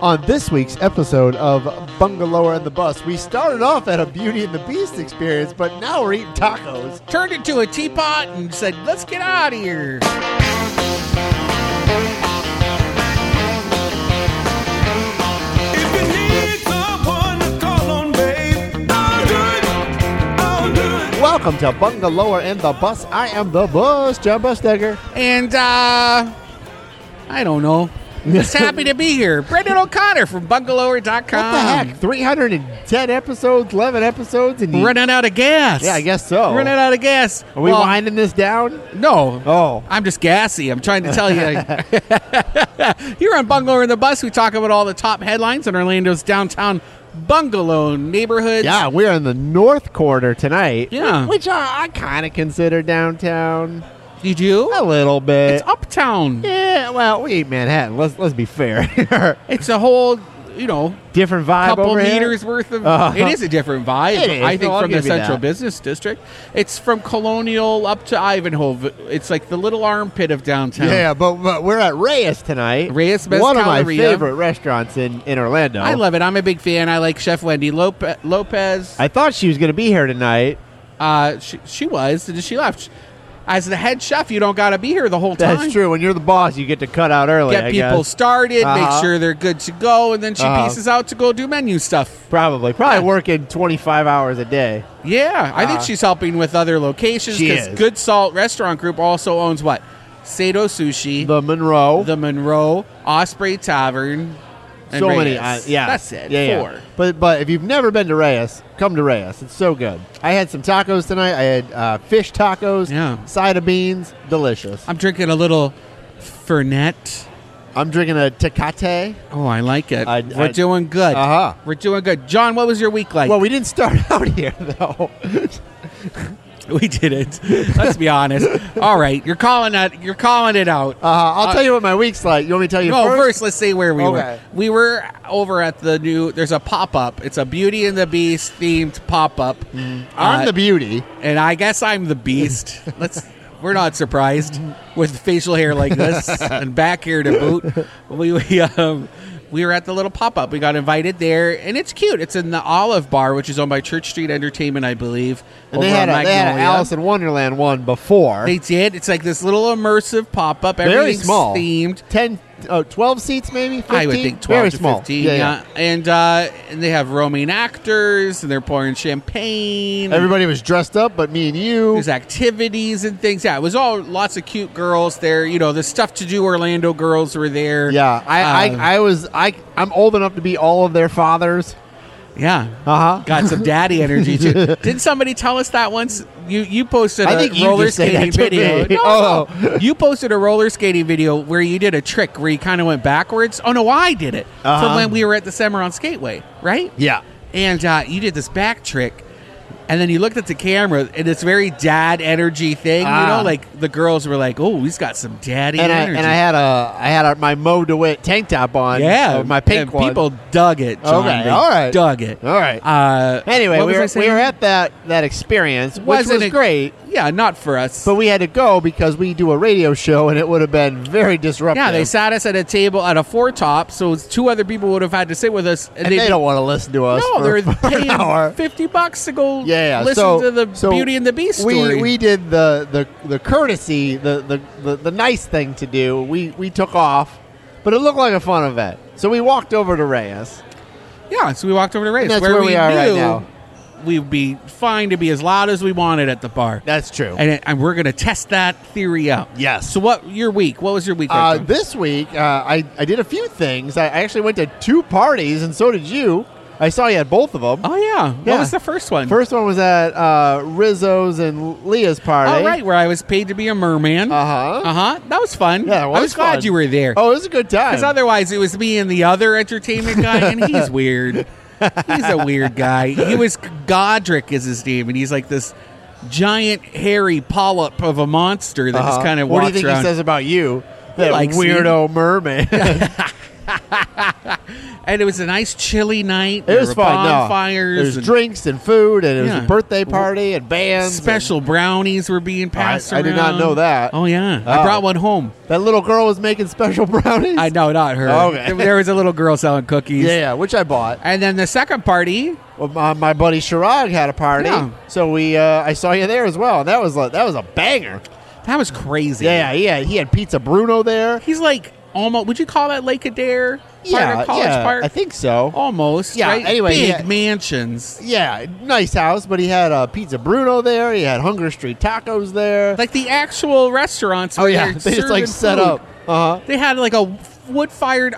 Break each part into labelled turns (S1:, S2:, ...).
S1: On this week's episode of Bungalower and the Bus, we started off at a Beauty and the Beast experience, but now we're eating tacos.
S2: Turned into a teapot and said, let's get out of here.
S3: If you need someone to call on, babe, I'll do it. I'll do it.
S1: Welcome to Bungalower and the Bus. I am the bus, John Busdegger.
S2: And, uh, I don't know. Just happy to be here. Brendan O'Connor from bungalower.com.
S1: What the
S2: Um,
S1: heck? 310 episodes, 11 episodes, and you-
S2: Running out of gas.
S1: Yeah, I guess so.
S2: Running out of gas.
S1: Are we
S2: Well,
S1: winding this down?
S2: No.
S1: Oh.
S2: I'm just gassy. I'm trying to tell you. Here on Bungalower in the Bus, we talk about all the top headlines in Orlando's downtown bungalow neighborhoods.
S1: Yeah, we're in the north corner tonight.
S2: Yeah.
S1: Which I, I kind of consider downtown.
S2: You do?
S1: A little bit.
S2: It's uptown.
S1: yeah, well, we eat Manhattan. Let's let's be fair.
S2: It's a whole, you know,
S1: Different vibe
S2: couple
S1: over here.
S2: meters worth of.
S1: Uh-huh.
S2: it is a different vibe.
S1: It is.
S2: I think
S1: No, I'll
S2: from the
S1: give you
S2: central
S1: that.
S2: business district, it's from Colonial up to Ivanhoe. It's like the little armpit of downtown.
S1: Yeah, but, but we're at Reyes tonight.
S2: Reyes
S1: one of my
S2: Mezcaleria.
S1: favorite restaurants in, in Orlando.
S2: I love it. I'm a big fan. I like Chef Wendy Lope- Lopez.
S1: I thought she was going to be here tonight.
S2: Uh, she, she was. and She left. As the head chef, you don't got to be here the whole time.
S1: That's true. When you're the boss, you get to cut out early.
S2: Get
S1: I
S2: people
S1: guess.
S2: started,
S1: Uh-huh.
S2: make sure they're good to go, and then she
S1: Uh-huh.
S2: pieces out to go do menu stuff.
S1: Probably, probably
S2: Yeah.
S1: working 25 hours a day.
S2: Yeah, I think
S1: Uh-huh.
S2: she's helping with other locations
S1: She
S2: because
S1: is.
S2: Good Salt Restaurant Group also owns what? Sato Sushi,
S1: The Monroe,
S2: the Monroe Osprey Tavern. And
S1: so many.
S2: Reyes.
S1: uh, yeah,
S2: that's it.
S1: Yeah, yeah.
S2: Four.
S1: But but if you've never been to Reyes, come to Reyes. It's so good. I had some tacos tonight. I had uh, fish tacos,
S2: Yeah.
S1: side of beans, delicious.
S2: I'm drinking a little Fernet.
S1: I'm drinking a Tecate.
S2: Oh, I like it.
S1: I-
S2: We're
S1: I-
S2: doing good.
S1: Uh-huh.
S2: We're doing good. John, what was your week like?
S1: Well, we didn't start out here though.
S2: We did it. Let's be honest. All right, you're calling that. You're calling it out.
S1: Uh, I'll
S2: Uh,
S1: tell you what my week's like. You want me to tell you
S2: no,
S1: first?
S2: first? let's say where we
S1: Okay.
S2: were. We were over at the new. There's a pop up. It's a Beauty and the Beast themed Uh, pop up,
S1: I'm Mm-hmm. the beauty.
S2: and I guess I'm the Beast. Let's. We're not surprised with facial hair like this and back hair to boot. We we um. We were at the little pop up. We got invited there, and it's cute. It's in the Olive Bar, which is on by Church Street Entertainment, I believe.
S1: And they
S2: over
S1: had, a,
S2: on
S1: they had a
S2: Magnolia.
S1: Alice in Wonderland one before.
S2: They did. It's like this little immersive pop up.
S1: Very
S2: Everything's
S1: small.
S2: themed.
S1: 10, oh, 12 seats maybe? 15?
S2: I would think twelve
S1: Very
S2: to
S1: small.
S2: fifteen.
S1: Yeah,
S2: Yeah,
S1: yeah.
S2: and uh, and they have roaming actors, and they're pouring champagne.
S1: Everybody was dressed up, but me and you.
S2: There's activities and things. Yeah, it was all lots of cute girls there. You know, the stuff to do Orlando girls were there.
S1: Yeah, I,
S2: Um,
S1: I, I was I I'm old enough to be all of their fathers.
S2: yeah.
S1: Uh huh.
S2: Got some daddy energy too. Didn't somebody tell us that once? You you posted
S1: I
S2: a
S1: think you
S2: roller
S1: just said that
S2: skating
S1: to
S2: video.
S1: me.
S2: No,
S1: Oh.
S2: no. you posted a roller skating video where you did a trick where you kind of went backwards. Oh no, I did it
S1: Uh-huh.
S2: from when we were at the Cimarron Skateway, right?
S1: Yeah.
S2: And uh, you did this back trick, and then you looked at the camera, and it's very dad energy thing. You
S1: Ah.
S2: know, like the girls were like, "Oh, he's got some daddy
S1: And I
S2: energy."
S1: and I had a I had a, my Mo DeWitt tank top on.
S2: yeah,
S1: uh, my pink
S2: and
S1: one.
S2: People dug it. John.
S1: Okay,
S2: They
S1: all right.
S2: dug it.
S1: All right.
S2: Uh,
S1: anyway,
S2: what
S1: we
S2: was I
S1: were, we
S2: saying?
S1: were at that that experience, which
S2: Wasn't
S1: was
S2: it-
S1: great.
S2: Yeah, not for us.
S1: But we had to go because we do a radio show, and it would have been very disruptive.
S2: yeah, they sat us at a table at a four top, so it's two other people would have had to sit with us,
S1: and they, don't want to listen to us.
S2: No,
S1: for,
S2: they're
S1: for an
S2: paying
S1: hour.
S2: fifty bucks to go.
S1: Yeah, yeah.
S2: listen
S1: so,
S2: to the
S1: so
S2: Beauty and the Beast
S1: we,
S2: story.
S1: We did the the, the courtesy, the, the, the, the nice thing to do. We we took off, but it looked like a fun event. So we walked over to Reyes.
S2: Yeah, so we walked over to Ray's,
S1: And that's where we are right now.
S2: We'd be fine to be as loud as we wanted at the bar,
S1: That's true.
S2: and, it- and we're going to test that theory out.
S1: Yes.
S2: So, what your week? What was your week?
S1: uh,
S2: Like
S1: this week, uh, I I did a few things. I I actually went to two parties, and so did you. I saw you at both of them.
S2: oh yeah.
S1: yeah.
S2: What was the first one?
S1: First one was at uh, Rizzo's and Leah's party.
S2: oh right, where I was paid to be a merman.
S1: Uh huh.
S2: Uh huh. That was fun.
S1: Yeah, it
S2: I was glad
S1: fun.
S2: you were there.
S1: Oh, it was a good time.
S2: Because otherwise, it was me and the other entertainment guy, and he's weird. He's a weird guy. He was Godric is his name, and he's like this giant hairy polyp of a monster that just
S1: Uh-huh.
S2: kind of
S1: What
S2: walks
S1: do you think
S2: around.
S1: he says about you? That
S2: likes me.
S1: weirdo mermaid.
S2: and it was a nice chilly night.
S1: It
S2: There
S1: was
S2: were
S1: fun. No,
S2: Bonfires.
S1: There's
S2: and
S1: drinks and food, and it
S2: Yeah.
S1: was a birthday party and bands. and-
S2: Special brownies were being passed
S1: Oh, I did not
S2: around.
S1: know that.
S2: Oh, yeah. I
S1: Oh.
S2: brought one home.
S1: that little girl was making special brownies.
S2: I know, not her.
S1: Okay.
S2: There- There was a little girl selling cookies.
S1: Yeah, yeah, which I bought.
S2: And then the second party,
S1: Well, my, my buddy Chirag had a party,
S2: Yeah.
S1: so we uh, I saw you there as well. That was a, that was a banger.
S2: that was crazy.
S1: Yeah, yeah, he had Pizza Bruno there.
S2: He's like almost, would you call that Lake Adair? Part
S1: yeah,
S2: of College
S1: yeah,
S2: Park?
S1: I think so.
S2: Almost.
S1: Yeah,
S2: right?
S1: anyway,
S2: Big
S1: yeah.
S2: mansions.
S1: Yeah, nice house, but he had uh, Pizza Bruno there. He had Hunger Street Tacos there.
S2: Like the actual restaurants.
S1: oh
S2: where
S1: yeah,
S2: they're
S1: they just like
S2: serving
S1: set
S2: food.
S1: up. Uh huh.
S2: They had like a wood fired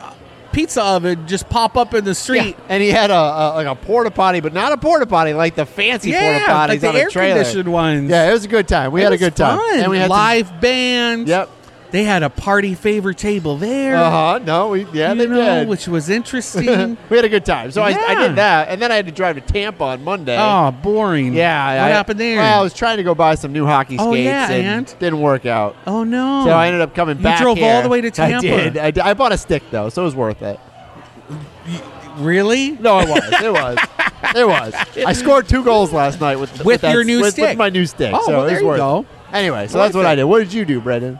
S2: pizza oven just pop up in the street.
S1: And he had a, a like a porta potty, but not a porta potty like the fancy
S2: Yeah,
S1: porta potties
S2: like the
S1: on a
S2: air
S1: trailer.
S2: conditioned ones.
S1: Yeah, it was a good time. We
S2: It
S1: had a
S2: was
S1: good time,
S2: fun.
S1: and we had some-
S2: live bands.
S1: Yep.
S2: They had a party favor table there.
S1: Uh huh. No, we yeah
S2: you
S1: they
S2: know,
S1: did.
S2: which was interesting.
S1: we had a good time. So I, I
S2: Yeah.
S1: did that, and then I had to drive to Tampa on Monday.
S2: oh, boring.
S1: yeah.
S2: What
S1: I-
S2: happened there?
S1: Well, I was trying to go buy some new hockey skates,
S2: Oh, yeah,
S1: and
S2: and?
S1: didn't work out.
S2: oh no.
S1: So I ended up coming
S2: You
S1: back.
S2: drove all
S1: here.
S2: the way to
S1: I
S2: Tampa.
S1: did. I, did. I bought a stick though, so it was worth it.
S2: really
S1: No, it was. It was. It was. I scored two goals last night with with, that-
S2: your new
S1: with,
S2: stick.
S1: With my new stick.
S2: Oh,
S1: so
S2: well,
S1: it was
S2: there you
S1: worth it.
S2: go.
S1: Anyway, so
S2: Worth
S1: that's what
S2: it.
S1: I did. What did you do, Brendan?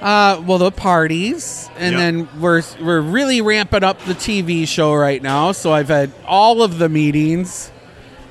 S2: Uh, well, the parties, and
S1: Yeah.
S2: then we're we're really ramping up the TV show right now. So I've had all of the meetings,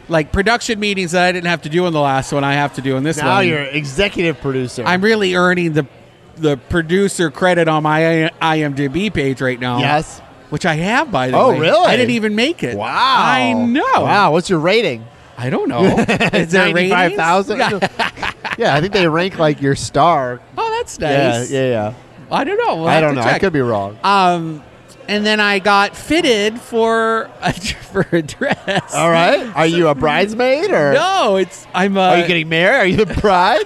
S2: like production meetings that I didn't have to do in the last one. I have to do in this
S1: Now
S2: one.
S1: you're executive producer.
S2: I'm really earning the the producer credit on my I- IMDb page right now.
S1: Yes.
S2: which I have by the
S1: Oh,
S2: way.
S1: really?
S2: I didn't even make it.
S1: Wow.
S2: I know.
S1: Wow. What's your rating?
S2: I don't know. Is there ratings?
S1: 95,000?
S2: Yeah.
S1: yeah, I think they rank like your star.
S2: Oh, that's nice.
S1: Yeah, yeah, yeah.
S2: I don't know. We'll
S1: I
S2: have
S1: don't
S2: to
S1: know. I
S2: check.
S1: could be wrong.
S2: Um, and then I got fitted for a, for a dress.
S1: All right. Are you a bridesmaid or
S2: No, it's I'm. Uh,
S1: are you getting married? Are you the bride?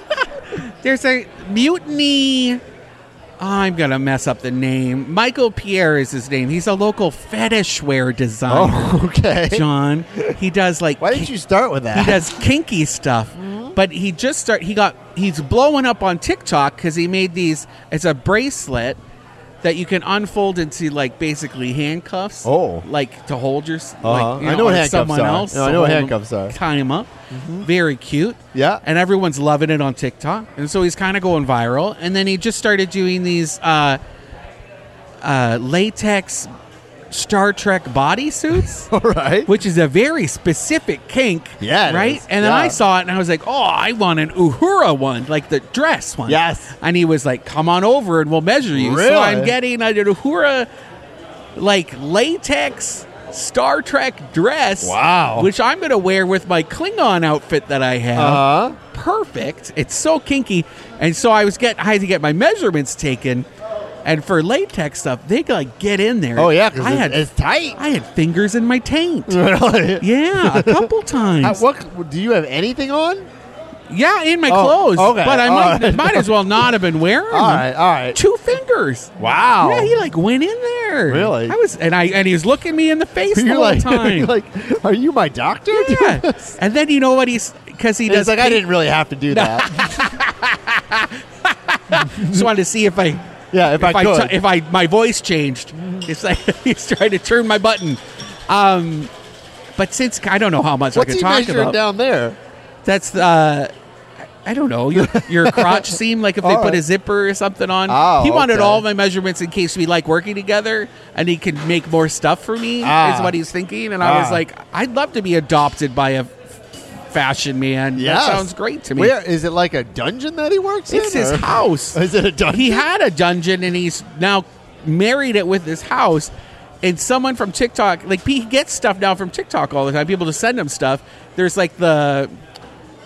S2: there's a mutiny. I'm gonna mess up the name. Michael Pierre is his name. He's a local fetish wear designer.
S1: oh, okay.
S2: John. He does like
S1: Why didn't you Mm-hmm. start with that?
S2: he does kinky stuff. But he just start he got he's blowing up on TikTok because he made these it's a bracelet that you can unfold into like basically handcuffs.
S1: Oh.
S2: like to hold your s-
S1: Uh-huh.
S2: like, you
S1: I know what
S2: like
S1: handcuffs
S2: someone
S1: are.
S2: else.
S1: No, I know what
S2: hold 'em-
S1: handcuffs are. Mm-hmm.
S2: Tie him up. Very cute.
S1: Yeah.
S2: Uh, and everyone's loving it on TikTok, and so he's kind of going viral. And then he just started doing these uh, uh, latex Star Trek bodysuits
S1: All right.
S2: which is a very specific kink.
S1: Yeah, it
S2: Right?
S1: is.
S2: And then
S1: Yeah.
S2: I saw it and I was like, oh, I want an Uhura one, like the dress one.
S1: Yes.
S2: And he was like, come on over and we'll measure you.
S1: Really?
S2: So I'm getting an Uhura, like latex Star Trek dress.
S1: Wow.
S2: Which I'm going to wear with my Klingon outfit that I have.
S1: Uh-huh.
S2: Perfect. It's so kinky. And so I was get I had to get my measurements taken. And for latex stuff, they like get in there.
S1: Oh yeah, because
S2: I
S1: it's,
S2: had
S1: it's tight.
S2: I had fingers in my taint.
S1: Really?
S2: Yeah, a couple
S1: Uh,
S2: times.
S1: what do you have anything on?
S2: yeah, in my
S1: Oh,
S2: clothes.
S1: okay,
S2: But I
S1: all
S2: might,
S1: right.
S2: might as well not have been wearing
S1: All
S2: them.
S1: right, all right.
S2: Two fingers.
S1: Wow.
S2: Yeah, he like went in there.
S1: Really?
S2: I was, and I and he was looking me in the face the
S1: You're
S2: whole
S1: like,
S2: time.
S1: you're like, are you my doctor?
S2: yeah. And then you know what he's because he
S1: It's
S2: does.
S1: like I
S2: pink-
S1: didn't really have to do that.
S2: Just wanted to see if I.
S1: yeah, if,
S2: If
S1: I
S2: I,
S1: could.
S2: tu- if I my voice changed, it's like he's trying to turn my button. Um, but since I don't know how much I
S1: What's
S2: can
S1: he
S2: talk
S1: measuring
S2: about,
S1: down there?
S2: That's uh, I don't know your your crotch seam. Like if they
S1: All
S2: put a
S1: right.
S2: zipper or something on.
S1: Oh,
S2: he wanted
S1: okay.
S2: all my measurements in case we like working together, and he could make more stuff for me.
S1: Ah.
S2: Is what he's thinking, and I was
S1: Ah.
S2: like, I'd love to be adopted by a f- fashion man.
S1: Yes.
S2: That sounds great to me.
S1: Where is it? Like a dungeon that he works
S2: It's
S1: in?
S2: his
S1: or-
S2: house.
S1: Is it a dungeon?
S2: He had a dungeon, and he's now married it with his house. And someone from TikTok, like he gets stuff now from TikTok all the time. People just send him stuff. There's like the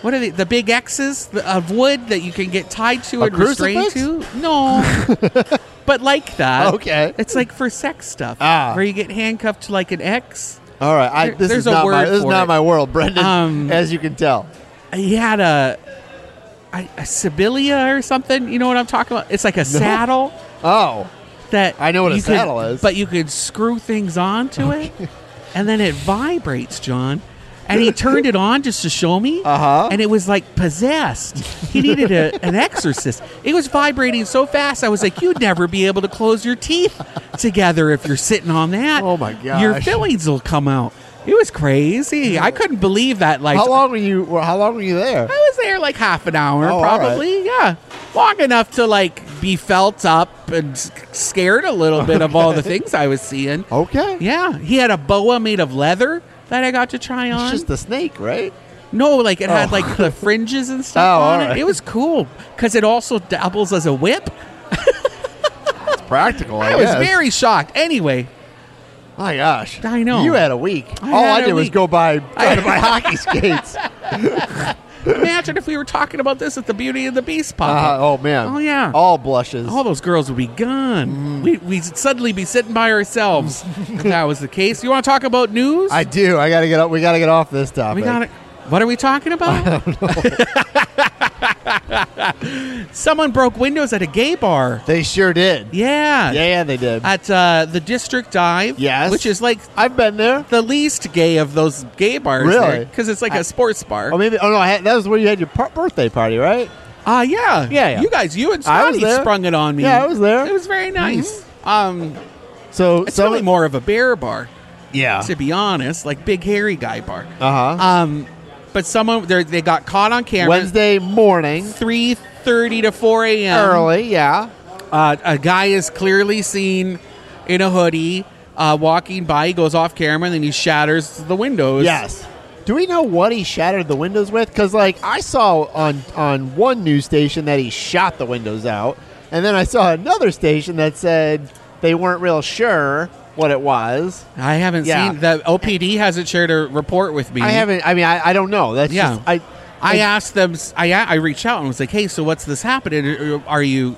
S2: what are they? The big X's the- of wood that you can get tied to
S1: A
S2: and restrained to.
S1: crucifix?
S2: No, but like that.
S1: Okay.
S2: it's like for sex stuff
S1: Ah.
S2: where you get handcuffed to like an X.
S1: All right, I,
S2: There-
S1: this
S2: there's
S1: is
S2: a
S1: not my
S2: word
S1: this is
S2: for
S1: not
S2: it.
S1: my world, Brendan.
S2: Um,
S1: as you can tell,
S2: He had a. A, a Sibilia or something, you know what I'm talking about? It's like a saddle.
S1: oh,
S2: that
S1: I know what a
S2: you could-
S1: saddle is.
S2: but you could screw things onto it, and then it vibrates, John. and he turned it on just to show me.
S1: Uh-huh.
S2: And it was like possessed. He needed a, an exorcist. It was vibrating so fast. I was like, you'd never be able to close your teeth together if you're sitting on that.
S1: Oh, my
S2: Your
S1: gosh.
S2: fillings will come out. It was crazy. I couldn't believe that. Like,
S1: How long were you? well, How long were you there?
S2: I was there like half an hour,
S1: Oh, all right.
S2: probably. Yeah, long enough to like be felt up and s- scared a little bit of all the things I was seeing.
S1: Oh. Okay.
S2: Yeah, he had a boa made of leather that I got to try on.
S1: It's just the snake, right?
S2: no, like it had
S1: Oh.
S2: like the fringes and stuff
S1: Oh,
S2: on
S1: all right.
S2: it. It was cool because it also doubles as a whip.
S1: It's practical. I,
S2: I was
S1: guess.
S2: very shocked. Anyway,
S1: My gosh.
S2: I know.
S1: You had a week.
S2: I
S1: All
S2: had
S1: I
S2: a
S1: did was
S2: week.
S1: go buy try to buy hockey skates.
S2: imagine if we were talking about this at the Beauty and the Beast
S1: Uh,
S2: pop.
S1: oh man.
S2: Oh, yeah.
S1: All blushes.
S2: all those girls would be
S1: Mm.
S2: gone. We, we'd suddenly be sitting by ourselves if that was the case. You want to talk about news?
S1: I do. I gotta get up. We gotta get off this topic.
S2: We got it. What are we talking about? Someone broke windows at a gay bar.
S1: They sure did.
S2: Yeah.
S1: Yeah, yeah, they did.
S2: At uh, the District Dive.
S1: Yes.
S2: Which is like
S1: I've been there.
S2: the least gay of those gay bars.
S1: Really?
S2: Because it's like a
S1: I-
S2: sports bar.
S1: Oh, maybe. Oh no, I had, that was where you had your par- birthday party, right?
S2: Ah, yeah.
S1: Yeah, yeah.
S2: You guys, you and
S1: I was
S2: Scotty
S1: there.
S2: sprung it on me.
S1: Yeah, I was there. Mm-hmm.
S2: It was very nice. Um,
S1: So Ah.
S2: it's
S1: some
S2: really more of a bear bar,
S1: Yeah.
S2: to be honest. Like big hairy guy bar.
S1: Uh huh.
S2: Um, but someone they they got caught on camera.
S1: Wednesday morning,
S2: Three thirty to four a.m.
S1: early. Yeah.
S2: Uh, a guy is clearly seen in a hoodie uh, walking by. He goes off camera and then he shatters the windows.
S1: Yes. Do we know what he shattered the windows with? Because like I saw on on one news station that he shot the windows out, and then I saw another station that said they weren't real sure what it was.
S2: I haven't
S1: Yeah.
S2: seen the OPD hasn't shared a report with me.
S1: I haven't. I mean, I, I don't know. That's
S2: Yeah.
S1: just I.
S2: I asked them. I I reached out and was like, "Hey, so what's this happening? Are you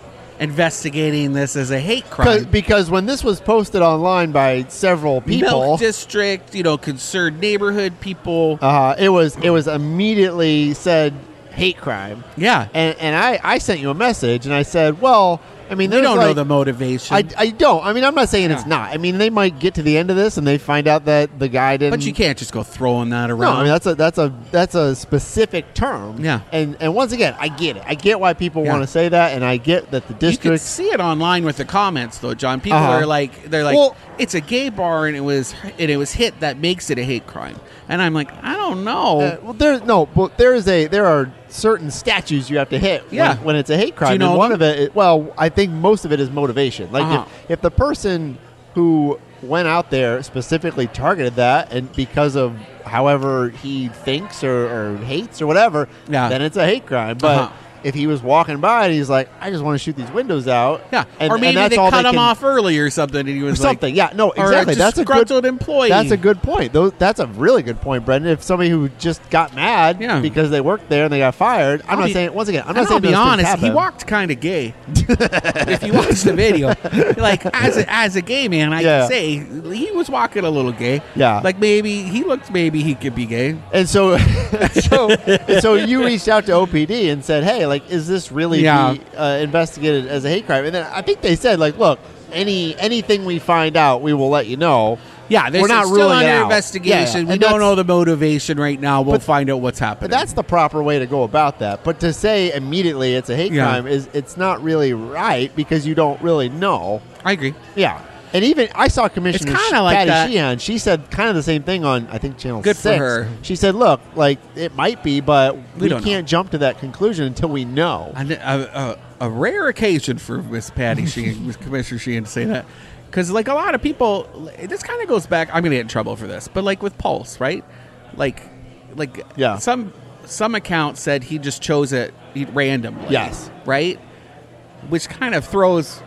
S2: investigating this as a hate
S1: Because-
S2: crime?"
S1: because when this was posted online by several people,
S2: Milk district, you know, concerned neighborhood people.
S1: uh, it was it was immediately said hate crime,
S2: yeah,
S1: and and I I sent you a message and I said, well, I mean,
S2: we
S1: there's
S2: don't know
S1: like,
S2: the motivation.
S1: I, I don't. I mean, I'm not saying it's
S2: Yeah.
S1: not. I mean, they might get to the end of this and they find out that the guy didn't.
S2: but you can't just go throwing that
S1: No, I
S2: around.
S1: mean that's a that's a that's a specific term.
S2: Yeah.
S1: And and once again, I get it. I get why people
S2: Yeah.
S1: want to say that, and I get that the
S2: You could
S1: district.
S2: see it online with the comments though, John. People
S1: Uh-huh.
S2: are like, they're like,
S1: Well-
S2: it's a gay bar and it was and it was hit that makes it a hate crime. And I'm like, I don't know.
S1: uh, well, there no, but there is a there are certain statutes you have to hit. when-
S2: Yeah.
S1: When, it's a hate crime,
S2: know
S1: and one
S2: them?
S1: of it, well, I think most of it is motivation. Like
S2: Uh-huh.
S1: if, if the person who went out there specifically targeted that, and because of however he thinks or, or hates or whatever,
S2: Yeah.
S1: then it's a hate crime. But
S2: Uh-huh.
S1: if he was walking by and he's like, I just want to shoot these windows out,
S2: yeah,
S1: and,
S2: or
S1: and
S2: maybe
S1: that's
S2: they
S1: all
S2: cut
S1: they
S2: him
S1: can-
S2: off early or something, and he was
S1: something.
S2: like,
S1: yeah, no,
S2: or
S1: exactly. That's a good
S2: disgruntled employee.
S1: That's a good point. Those, that's a really good point, Brendan. If somebody who just got mad
S2: Yeah.
S1: because they worked there and they got fired, I'm
S2: I'll
S1: not
S2: be-
S1: saying once again. I'm
S2: And
S1: not
S2: I'll
S1: saying
S2: be
S1: those things
S2: honest, he
S1: happen.
S2: walked kind of gay. if you watch the video, like as a, as a gay man, I
S1: Yeah.
S2: can say he was walking a little gay.
S1: Yeah.
S2: like maybe he looked, maybe he could be gay.
S1: and so, so, and so you reached out to OPD and said, "Hey, like, is this really
S2: Yeah.
S1: be, uh, investigated as a hate crime?" And then I think they said, "Like, look, any anything we find out, we will let you know."
S2: Yeah, there's
S1: We're not
S2: still
S1: ruling
S2: under
S1: it out.
S2: investigation.
S1: Yeah, yeah.
S2: We
S1: And
S2: don't
S1: that's-
S2: know the motivation right now. We'll find out what's happening.
S1: But that's the proper way to go about that. But to say immediately it's a hate
S2: Yeah.
S1: crime is it's not really right because you don't really know.
S2: I agree.
S1: Yeah. And even I saw Commissioner
S2: kinda
S1: Sh-
S2: like
S1: Patty
S2: that.
S1: Sheehan. She said kind of the same thing on I think Channel
S2: Good for
S1: Six.
S2: her.
S1: She said, "Look, like it might be, but we,
S2: don't
S1: can't jump to that conclusion until we know."
S2: A, a, a, a rare occasion for Miss Patty Sheehan, Miss Commissioner Sheehan, to say that. Because, like, a lot of people, this kind of goes back. I'm going to get in trouble for this, but like with Pulse, right? Like, like
S1: Yeah.
S2: some some account said he just chose it randomly.
S1: Yes.
S2: right? Which kind of throws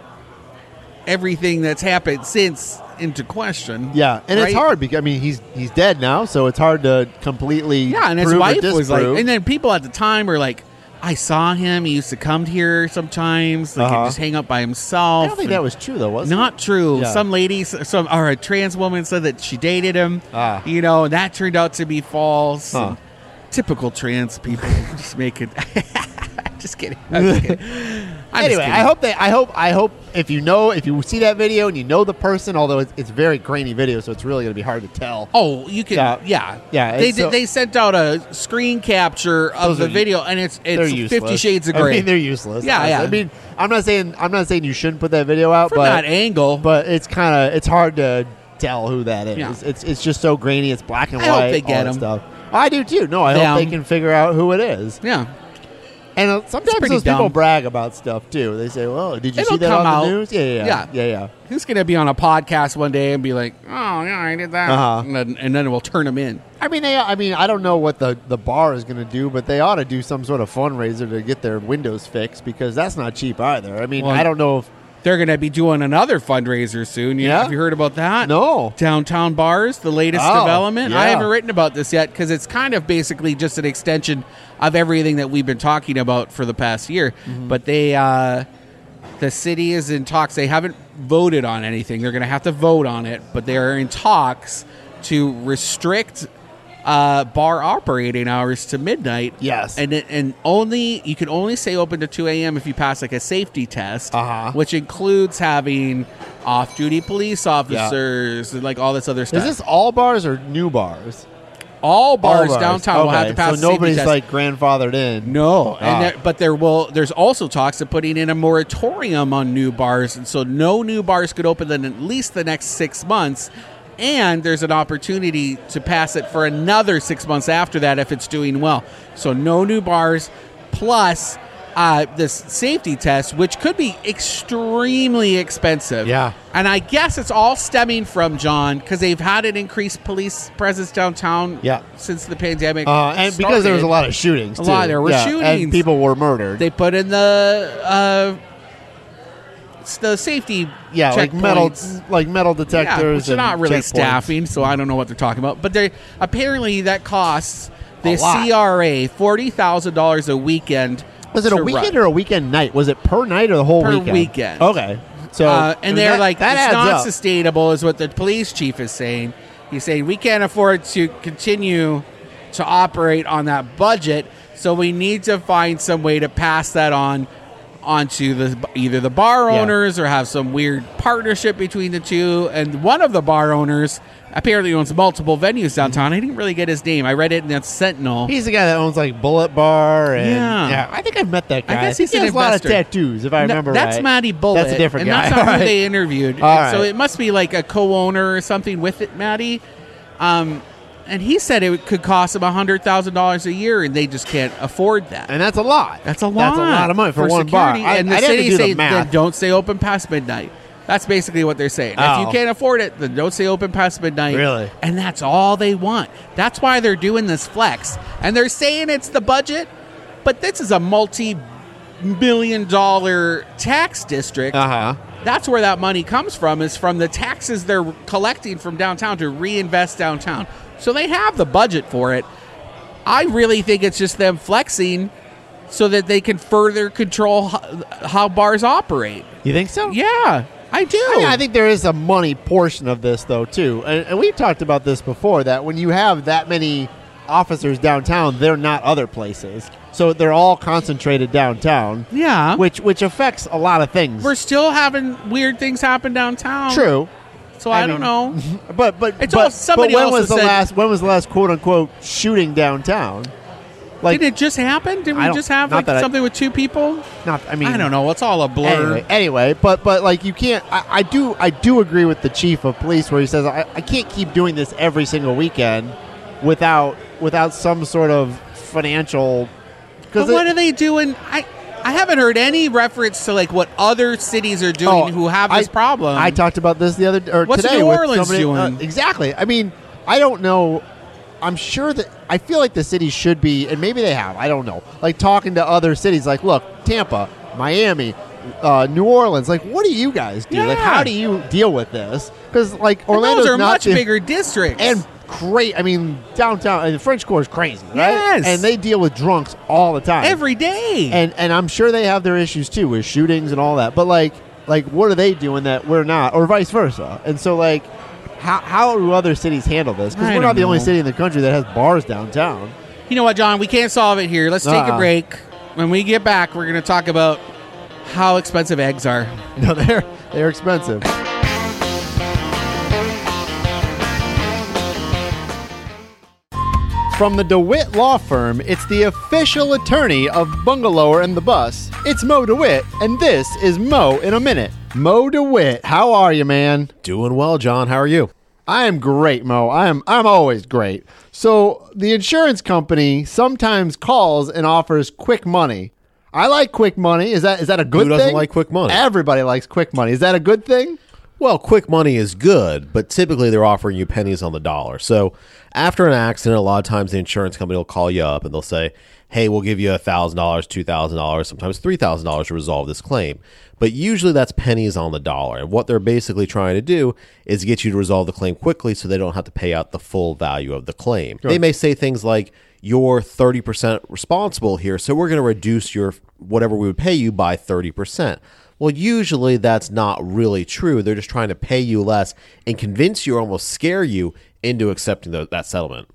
S2: everything that's happened since into question.
S1: Yeah, and
S2: right?
S1: it's hard because I mean he's he's dead now, so it's hard to completely
S2: Yeah, and his
S1: prove or
S2: wife was like,
S1: disprove.
S2: and then people at the time were like, I saw him. He used to come here sometimes. Like, he'd
S1: Uh-huh.
S2: just hang out by himself.
S1: I don't think
S2: and-
S1: that was true though, was it?
S2: not true.
S1: Yeah.
S2: Some lady, some or a trans woman said that she dated him.
S1: Ah.
S2: You know, and that turned out to be false.
S1: Huh.
S2: And Typical trans people just making. just kidding. I'm just kidding. I'm just
S1: anyway, I
S2: kidding.
S1: hope they. I hope. I hope if you know if you see that video and you know the person, although it's, it's a very grainy video, so it's really going to be hard to tell.
S2: Oh, you can.
S1: Yeah.
S2: Yeah,
S1: Yeah,
S2: They
S1: it's so-
S2: did they sent out a screen capture of
S1: Those are
S2: the
S1: u-
S2: video, and it's
S1: they're
S2: it's
S1: useless.
S2: Fifty Shades of
S1: I
S2: Grey.
S1: mean, they're useless.
S2: Yeah,
S1: honestly.
S2: yeah.
S1: I mean, I'm not saying I'm not saying you shouldn't put that video out,
S2: From
S1: but
S2: that angle,
S1: but it's kind of it's hard to tell who that is.
S2: Yeah.
S1: It's it's just so grainy. It's black and
S2: I
S1: white.
S2: hope they get
S1: all that
S2: 'em.
S1: Stuff. I do too. No, I
S2: Them.
S1: hope they can figure out who it is.
S2: yeah,
S1: And uh, sometimes
S2: pretty
S1: those people
S2: dumb.
S1: brag about stuff too. They say, "Well, did you
S2: It'll
S1: see that
S2: come
S1: on the
S2: out.
S1: news?" Yeah, yeah, yeah, yeah.
S2: Yeah.
S1: yeah.
S2: who's gonna be on a podcast one day and be like, oh yeah, I did that,
S1: Uh-huh.
S2: and, then, and then we'll turn them in.
S1: I mean, they. I mean, I don't know what the, the bar is going to do, but they ought to do some sort of fundraiser to get their windows fixed because that's not cheap either. I mean,
S2: Well,
S1: I don't know if
S2: They're gonna be doing another fundraiser soon. You-
S1: Yeah?
S2: have you heard about that?
S1: no.
S2: Downtown bars, the latest
S1: Oh,
S2: development.
S1: yeah.
S2: I haven't written about this yet because it's kind of basically just an extension of everything that we've been talking about for the past year.
S1: Mm-hmm.
S2: But they, uh, the city is in talks. They haven't voted on anything. They're going to have to vote on it, but they are in talks to restrict uh, bar operating hours to midnight.
S1: Yes.
S2: and it- and only you can only stay open to two a.m. if you pass like a safety test,
S1: Uh-huh.
S2: which includes having off-duty police officers and like all this other
S1: Is
S2: stuff.
S1: this all bars or new bars?
S2: all
S1: All
S2: bars, downtown will have
S1: Okay,
S2: to pass. a
S1: So
S2: safety
S1: nobody's
S2: test.
S1: like grandfathered in.
S2: No,
S1: Ah.
S2: and there, but there will. There's also talks of putting in a moratorium on new bars, and so no new bars could open in at least the next six months. And there's an opportunity to pass it for another six months after that if it's doing well. So no new bars, plus uh, this safety test, which could be extremely expensive.
S1: Yeah.
S2: and I guess it's all stemming from John because they've had an increased police presence downtown.
S1: Yeah.
S2: since the pandemic.
S1: Uh, and because there was a
S2: started.
S1: lot of shootings,
S2: A lot.
S1: too.
S2: There were
S1: Yeah, and
S2: shootings.
S1: people were murdered.
S2: They put in the uh, s- the safety
S1: yeah, like metal,
S2: checkpoints.
S1: like metal detectors.
S2: yeah, which are
S1: and
S2: not really
S1: checkpoints.
S2: staffing, so I don't know what they're talking about. But they apparently that costs the
S1: A lot.
S2: CRA forty thousand dollars a weekend.
S1: Was it a
S2: to
S1: weekend or
S2: run.
S1: a weekend night? Was it per night or the whole
S2: Per
S1: weekend?
S2: weekend.
S1: Okay. So
S2: Uh, and they're
S1: that-
S2: like,
S1: that
S2: it's
S1: adds
S2: not
S1: up.
S2: sustainable, is what the police chief is saying. He's saying we can't afford to continue to operate on that budget, so we need to find some way to pass that on onto the either the bar
S1: Yeah.
S2: owners or have some weird partnership between the two. And one of the bar owners apparently owns multiple venues downtown. I didn't really get his name. I read it in that Sentinel.
S1: He's the guy that owns like Bullet Bar. And,
S2: Yeah.
S1: I think I've met that guy.
S2: guess
S1: think
S2: he's
S1: he
S2: an
S1: has a lot of
S2: investor.
S1: tattoos, if I
S2: No,
S1: remember
S2: that's
S1: right.
S2: Matty Bullet.
S1: That's a different
S2: and
S1: guy.
S2: That's not
S1: All
S2: who
S1: right.
S2: they interviewed.
S1: All
S2: And So
S1: right.
S2: it must be like a co-owner or something with it, Matty. Um, and he said it could cost him hundred thousand dollars a year, and they just can't afford that.
S1: And that's a lot.
S2: That's a lot.
S1: That's a lot of money for, one
S2: security.
S1: bar. I,
S2: and
S1: I
S2: the
S1: didn't
S2: city
S1: do the
S2: say,
S1: math.
S2: then don't stay open past midnight. That's basically what they're saying. If
S1: Oh.
S2: you can't afford it, then don't stay open past midnight.
S1: Really?
S2: And that's all they want. That's why they're doing this flex. And they're saying it's the budget, but this is a multi million dollar tax district.
S1: Uh huh.
S2: That's where that money comes from is from the taxes they're collecting from downtown to reinvest downtown. So they have the budget for it. I really think it's just them flexing so that they can further control how, how bars operate.
S1: You think so?
S2: Yeah, I do.
S1: I, mean, I think there is a money portion of this, though, too. And, and we've talked about this before that when you have that many officers downtown, they're not other places. So they're all concentrated downtown,
S2: yeah.
S1: which which affects a lot of things.
S2: We're still having weird things happen downtown.
S1: True.
S2: So I,
S1: I
S2: don't know.
S1: mean- But but
S2: It's
S1: but,
S2: all- somebody
S1: but when
S2: else
S1: was the
S2: has said-
S1: last when was the last quote unquote shooting downtown? Like
S2: Did it just happen? Did
S1: I
S2: we
S1: don't-
S2: just have
S1: not
S2: like
S1: that I-
S2: something with two people?
S1: not I mean
S2: I don't know. It's all a blur.
S1: Anyway, anyway, but but like you can't. I, I do I do agree with the chief of police where he says I, I can't keep doing this every single weekend without without some sort of financial.
S2: But
S1: Because
S2: what are they doing? I I haven't heard any reference to like what other cities are doing who have this
S1: Oh, I,
S2: problem.
S1: I talked about this the other or
S2: What's
S1: today.
S2: New
S1: with
S2: Orleans
S1: somebody- uh,
S2: doing?
S1: exactly. I mean, I don't know. I'm sure that I feel like the city should be, and maybe they have. I don't know. Like talking to other cities, like look, Tampa, Miami, uh, New Orleans. Like, what do you guys do? Like,
S2: Yeah.
S1: how do you deal with this? Because like
S2: And
S1: Orlando's
S2: those are
S1: not
S2: much
S1: the-
S2: bigger districts.
S1: and great. I mean, downtown and the French Quarter is crazy, right?
S2: Yes.
S1: And they deal with drunks all the time
S2: every day.
S1: and and I'm sure they have their issues too with shootings and all that. But like like what are they doing that we're not, or vice versa? And so like how how do other cities handle this? Because
S2: I
S1: we're not
S2: don't
S1: the only
S2: know.
S1: city in the country that has bars downtown.
S2: you know what, John? We can't solve it here. Let's take
S1: Uh-uh.
S2: a break. When we get back, we're going to talk about how expensive eggs are.
S1: No, they're they're expensive. From the DeWitt Law Firm, it's the official attorney of Bungalower and the Bus. It's Mo DeWitt, and this is Mo in a Minute. Mo DeWitt, how are you, man?
S4: Doing well, John. How are you?
S1: I am great, Mo. I am I'm always great. So the insurance company sometimes calls and offers quick money. I like quick money. Is that is that a good thing?
S4: doesn't like quick money?
S1: Everybody likes quick money. Is that a good thing?
S4: Well, quick money is good, but typically they're offering you pennies on the dollar. So after an accident, a lot of times the insurance company will call you up and they'll say, hey, we'll give you $1,000, $2,000, sometimes $3,000 to resolve this claim. But usually that's pennies on the dollar. And what they're basically trying to do is get you to resolve the claim quickly so they don't have to pay out the full value of the claim. They may say things like, you're 30% responsible here, so we're going to reduce your whatever we would pay you by 30%. Well, usually that's not really true. They're just trying to pay you less and convince you, or almost scare you into accepting tho- that settlement.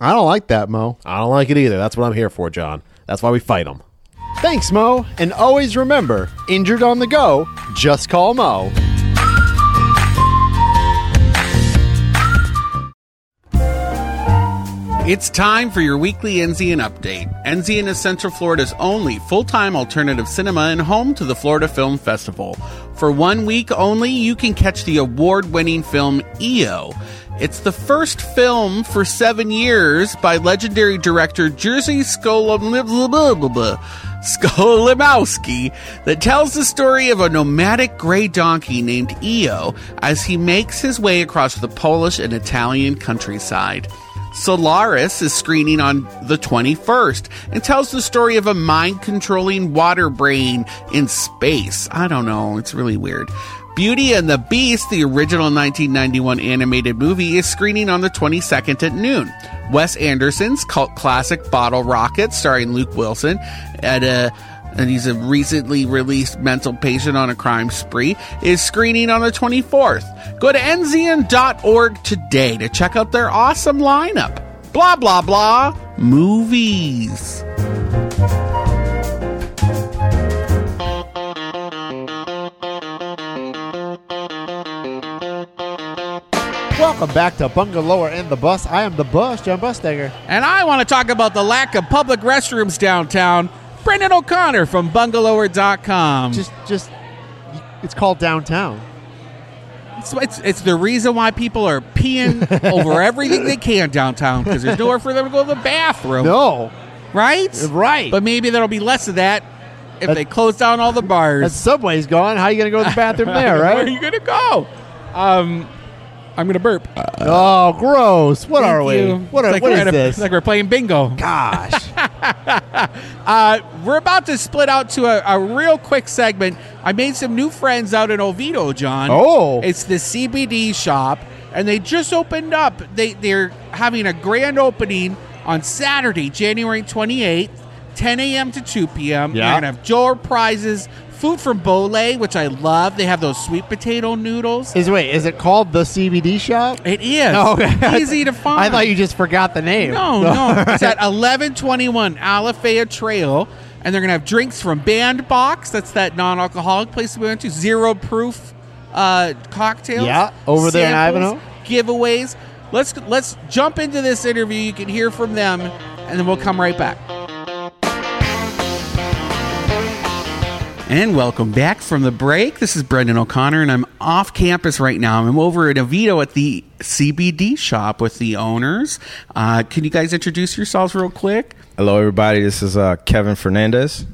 S1: I don't like that, Mo.
S4: I don't like it either. That's what I'm here for, John. That's why we fight them.
S1: Thanks, Mo. And always remember, injured on the go, just call Mo.
S2: It's time for your weekly Enzian update. Enzian is Central Florida's only full time alternative cinema and home to the Florida Film Festival. For one week only, you can catch the award winning film EO. It's the first film for seven years by legendary director Jerzy Skolomowski. Skolimowski that tells the story of a nomadic gray donkey named Io as he makes his way across the Polish and Italian countryside. Solaris is screening on the 21st and tells the story of a mind controlling water brain in space. I don't know, it's really weird. Beauty and the Beast, the original 1991 animated movie, is screening on the 22nd at noon. Wes Anderson's cult classic Bottle Rocket, starring Luke Wilson, at a and he's a recently released mental patient on a crime spree, is screening on the 24th. Go to enzian.org today to check out their awesome lineup. Blah, blah, blah. Movies.
S1: Welcome back to Bungalower and the Bus. I am the bus, John Bustegger.
S2: And I want to talk about the lack of public restrooms downtown. Brendan O'Connor from bungalower.com.
S1: Just just it's called downtown.
S2: It's, it's, it's the reason why people are peeing over everything they can downtown because there's nowhere for them to go to the bathroom.
S1: No.
S2: Right?
S1: Right.
S2: But maybe there'll be less of that if
S1: That-
S2: they close down all the
S1: That
S2: bars.
S1: subway's gone. How you gonna go to the bathroom there,
S2: Where are
S1: right?
S2: you going to go? Um, I'm going to burp.
S1: Oh, gross. What
S2: Thank
S1: are we?
S2: you.
S1: What
S2: It's
S1: are
S2: like
S1: what
S2: we're
S1: is
S2: at a-
S1: this?
S2: it's like we're playing bingo.
S1: Gosh.
S2: Uh, we're about to split out to a, a real quick segment. I made some new friends out in Oviedo, John.
S1: Oh.
S2: it's the CBD shop, and they just opened up. They they're having a grand opening on Saturday, January twenty eighth, ten a.m. to two p.m.
S1: Yeah.
S2: They're gonna have door prizes, food from Bole, which I love. They have those sweet potato noodles.
S1: Is wait, is it called the CBD shop?
S2: it is
S1: okay.
S2: easy to find.
S1: I thought you just forgot the name.
S2: No, no. It's at 1121 Alafaya Trail. And they're going to have drinks from Bandbox. That's that non alcoholic place we went to. Zero proof uh, cocktails.
S1: Yeah, over there in
S2: samples,
S1: Ivanhoe.
S2: Giveaways. Let's, let's jump into this interview. You can hear from them, and then we'll come right back. And welcome back from the break. This is Brendan O'Connor, and I'm off campus right now. I'm over at Oviedo at the CBD shop with the owners. Uh, can you guys introduce yourselves real quick?
S5: Hello, everybody. This is uh, Kevin Fernandez.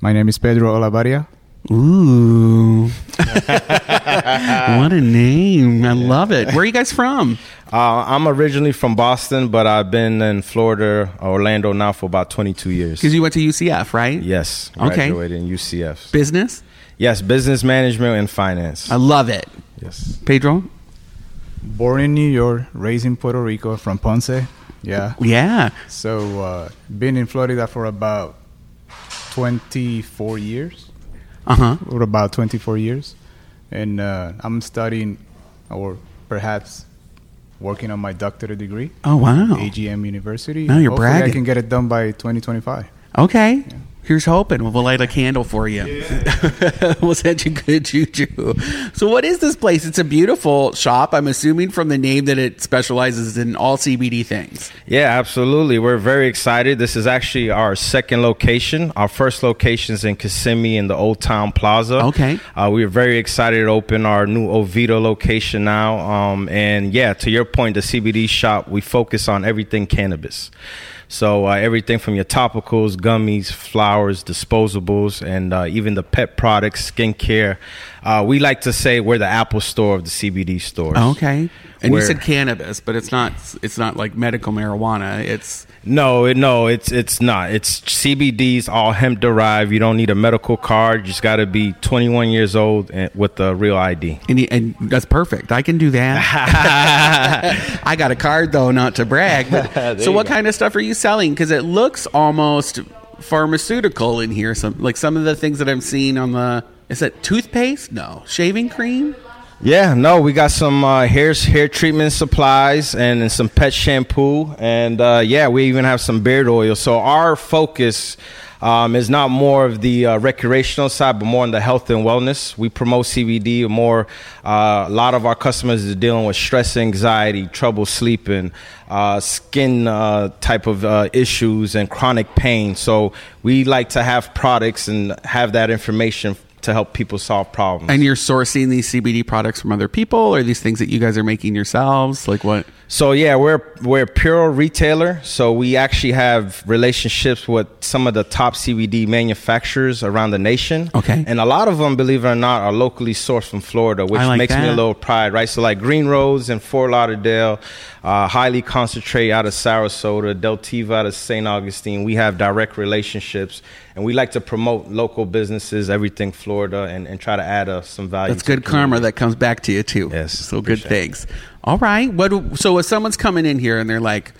S6: My name is Pedro Olavarria.
S2: Ooh. what a name. I love it. Where are you guys from?
S5: Uh, I'm originally from Boston, but I've been in Florida, Orlando now for about 22 years.
S2: Because you went to UCF, right?
S5: Yes,
S2: Okay.
S5: graduated in UCF.
S2: Business?
S5: Yes, business management and finance.
S2: I love it.
S5: yes.
S2: Pedro?
S6: Born in New York, raised in Puerto Rico, from Ponce. Yeah.
S2: Yeah.
S6: So, uh, been in Florida for about 24 years.
S2: Uh huh.
S6: Or about 24 years. And uh, I'm studying, or perhaps working on my doctorate degree.
S2: Oh, wow.
S6: AGM University.
S2: Now you're
S6: Hopefully I
S2: bragging.
S6: can get it done by 2025.
S2: Okay. Here's hoping. We'll light a candle for you. we'll send you good juju. So, what is this place? It's a beautiful shop. I'm assuming from the name that it specializes in all CBD things.
S5: Yeah, absolutely. We're very excited. This is actually our second location. Our first location is in Kissimmee in the Old Town Plaza.
S2: Okay.
S5: Uh, we're very excited to open our new Oviedo location now. Um, and yeah, to your point, the CBD shop, we focus on everything cannabis. So uh, everything from your topicals, gummies, flowers, disposables, and uh, even the pet products, skincare. Uh, we like to say we're the Apple store of the CBD stores.
S2: Okay. And
S5: Where-
S2: you said cannabis, but it's not. It's not like medical marijuana. It's
S5: No, it, no, it's it's not. It's CBD's all hemp derived. You don't need a medical card. You just got to be 21 years old and with a real ID.
S2: and, and that's perfect. I can do that. I got a card though, not to brag. But, so, what kind of stuff are you selling? Because it looks almost pharmaceutical in here. Some like some of the things that I'm seeing on the is that toothpaste? No, shaving cream.
S5: Yeah, no, we got some uh, hair hair treatment supplies and, then some pet shampoo, and uh, yeah, we even have some beard oil. So our focus um, is not more of the uh, recreational side, but more on the health and wellness. We promote CBD more. Uh, a lot of our customers are dealing with stress, anxiety, trouble sleeping, uh, skin uh, type of uh, issues, and chronic pain. So we like to have products and have that information to help people solve problems.
S2: And you're sourcing these CBD products from other people, or these things that you guys are making yourselves? Like what?
S5: So yeah, we're we're a pure retailer. So we actually have relationships with some of the top CBD manufacturers around the nation.
S2: Okay.
S5: and a lot of them, believe it or not, are locally sourced from Florida, which
S2: I like
S5: makes me a
S2: that.
S5: little pride, right? So like Green Roads and Fort Lauderdale, uh, highly concentrate out of Sarasota, Deltiva out of St. Augustine. We have direct relationships, and we like to promote local businesses, everything Florida, and, and try to add uh, some value.
S2: That's
S5: to the
S2: good karma that comes back to you too.
S5: Yes,
S2: So good
S5: appreciate it.
S2: things. All right. What? do- So if someone's coming in here and they're like,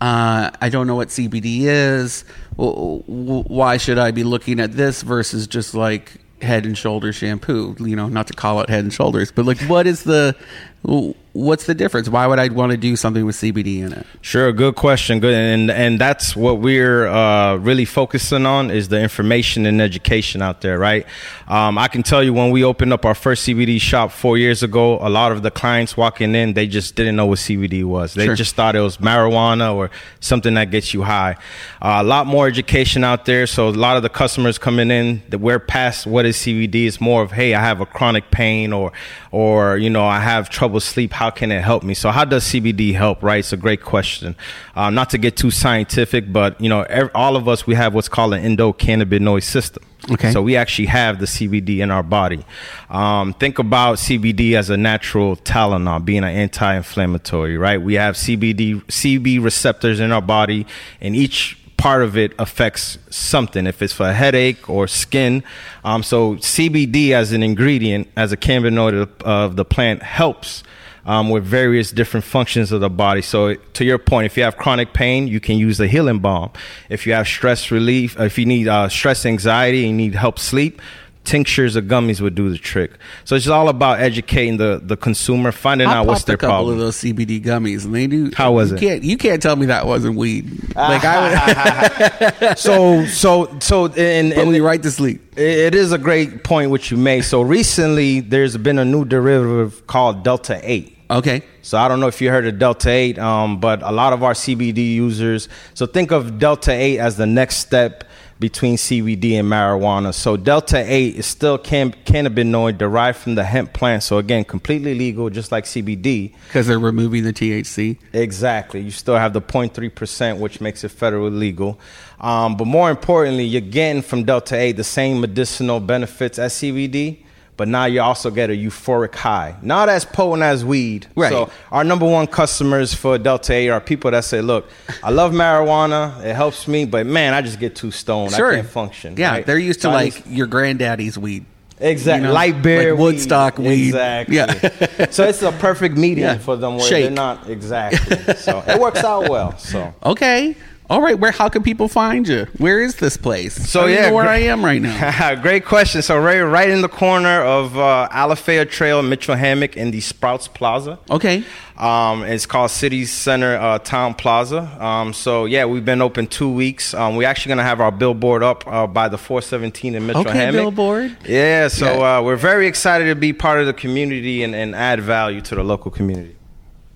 S2: uh, I don't know what CBD is. W- w- Why should I be looking at this versus just like head and shoulder shampoo? You know, not to call it head and shoulders, but like, what is the w- what's the difference? Why would I want to do something with CBD in it?
S5: Sure, good question. Good, and and that's what we're uh, really focusing on is the information and education out there, right? Um, I can tell you when we opened up our first CBD shop four years ago, a lot of the clients walking in, they just didn't know what CBD was. They
S2: Sure.
S5: just thought it was marijuana or something that gets you high. Uh, a lot more education out there, so a lot of the customers coming in that we're past what is CBD. It's more of hey, I have a chronic pain or or you know I have trouble sleep. How can it help me? So how does CBD help? Right, it's a great question. Um, not to get too scientific, but you know ev- all of us we have what's called an endocannabinoid system.
S2: Okay.
S5: So we actually have the CBD in our body. Um, think about CBD as a natural Tylenol, being an anti-inflammatory, right? We have CBD CB receptors in our body, and each part of it affects something. If it's for a headache or skin, um, so CBD as an ingredient, as a cannabinoid of, of the plant, helps. Um, with various different functions of the body. So, to your point, if you have chronic pain, you can use the healing balm. If you have stress relief, if you need uh, stress anxiety and you need help sleep, tinctures or gummies would do the trick. So it's just all about educating the, the consumer, finding
S2: I
S5: out what's
S2: popped
S5: their
S2: a couple of
S5: problem.
S2: those CBD gummies, and they do.
S5: How was
S2: you
S5: it?
S2: Can't, you can't tell me that wasn't weed. Like I would,
S5: so, so, so, and,
S2: put
S5: and
S2: me right to sleep.
S5: It is a great point which you made. So recently, there's been a new derivative called Delta Eight.
S2: Okay.
S5: So I don't know if you heard of Delta 8, um, but a lot of our CBD users. So think of Delta 8 as the next step between CBD and marijuana. So Delta 8 is still can- cannabinoid derived from the hemp plant. So again, completely legal, just like CBD.
S2: Because they're removing the THC.
S5: Exactly. You still have the 0.3%, which makes it federally legal. Um, but more importantly, you're getting from Delta 8 the same medicinal benefits as CBD, but now you also get a euphoric high. Not as potent as weed.
S2: Right.
S5: So our number one customers for Delta 8 are people that say, look, I love marijuana. It helps me, but man, I just get too stoned. I can't function.
S2: Yeah,
S5: right?
S2: they're used to
S5: So I
S2: like
S5: just-
S2: your granddaddy's weed.
S5: Exactly.
S2: You know,
S5: Light beer,
S2: like Woodstock weed.
S5: Exactly.
S2: Yeah.
S5: so it's a perfect medium
S2: Yeah.
S5: for them where
S2: Shake.
S5: they're not exactly. So it works out well. So
S2: Okay. All right, where? How can people find you? Where is this place?
S5: So
S2: I don't
S5: yeah,
S2: know where
S5: gr-
S2: I am right now.
S5: great question. So right, right in the corner of uh, Alafaya Trail and Mitchell Hammock in the Sprouts Plaza.
S2: Okay,
S5: Um, it's called City Center uh, Town Plaza. Um, so yeah, we've been open two weeks. Um, we're actually gonna have our billboard up uh, by the 417 in Metro
S2: Okay,
S5: Hammock.
S2: billboard.
S5: Yeah. So
S2: Yeah.
S5: Uh, we're very excited to be part of the community and, and add value to the local community.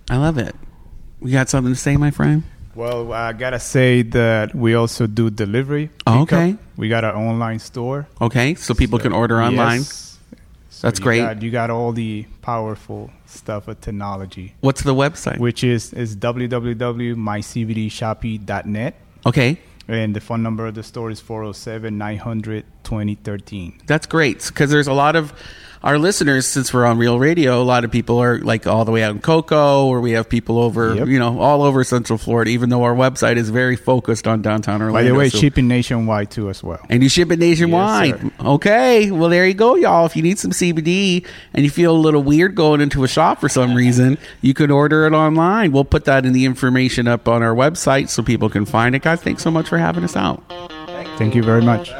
S2: I love it. We got something to say, my friend.
S6: Well, I gotta say that we also do delivery.
S2: Oh,
S6: pickup.
S2: okay.
S6: We got our online store.
S2: Okay, so people can order online.
S6: Yes. So
S2: That's
S6: you
S2: great.
S6: got- you got all the powerful stuff of technology,
S2: What's the website?
S6: which is is www.mycbdshoppy.net,
S2: Okay,
S6: and the phone number of the store is 407 900 2013.
S2: That's great because there's a lot of our listeners since we're on Real Radio. A lot of people are like all the way out in Cocoa, or we have people over,
S6: Yep.
S2: you know, all over Central Florida. Even though our website is very focused on downtown
S6: By
S2: Orlando.
S6: the way,
S2: so-
S6: shipping nationwide too as well.
S2: and you ship it nationwide.
S6: Yes,
S2: okay, well there you go, y'all. If you need some CBD and you feel a little weird going into a shop for some reason, you can order it online. We'll put that in the information up on our website so people can find it. Guys, thanks so much for having us out.
S6: Thank you very much.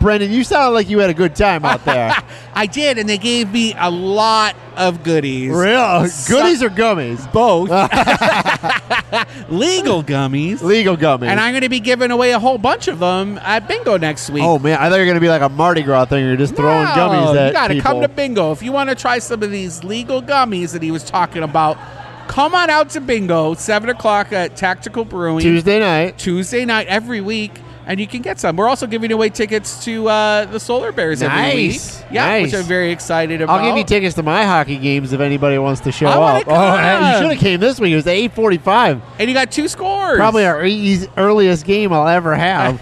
S1: Brendan, you sound like you had a good time out there.
S2: I did, and they gave me a lot of goodies.
S1: Real goodies or gummies?
S2: both legal gummies.
S1: Legal gummies.
S2: and I'm going to be giving away a whole bunch of them at bingo next week.
S1: oh man, I thought you were gonna be like a Mardi Gras thing. You're just throwing
S2: No,
S1: gummies at
S2: You got to
S1: people.
S2: come to bingo if you want to try some of these legal gummies that he was talking about. Come on out to bingo, seven o'clock at Tactical Brewing
S1: Tuesday night.
S2: Tuesday night every week. And you can get some. We're also giving away tickets to uh, the Solar Bears every week.
S1: Nice.
S2: Yeah, which
S1: Nice.
S2: I'm very excited about.
S1: I'll give you tickets to my hockey games if anybody wants to show
S2: I wanna
S1: up. Oh, hey, you
S2: come.
S1: should have came this week. It was eight forty-five.
S2: and you got two scores.
S1: Probably our eas earliest game I'll ever have.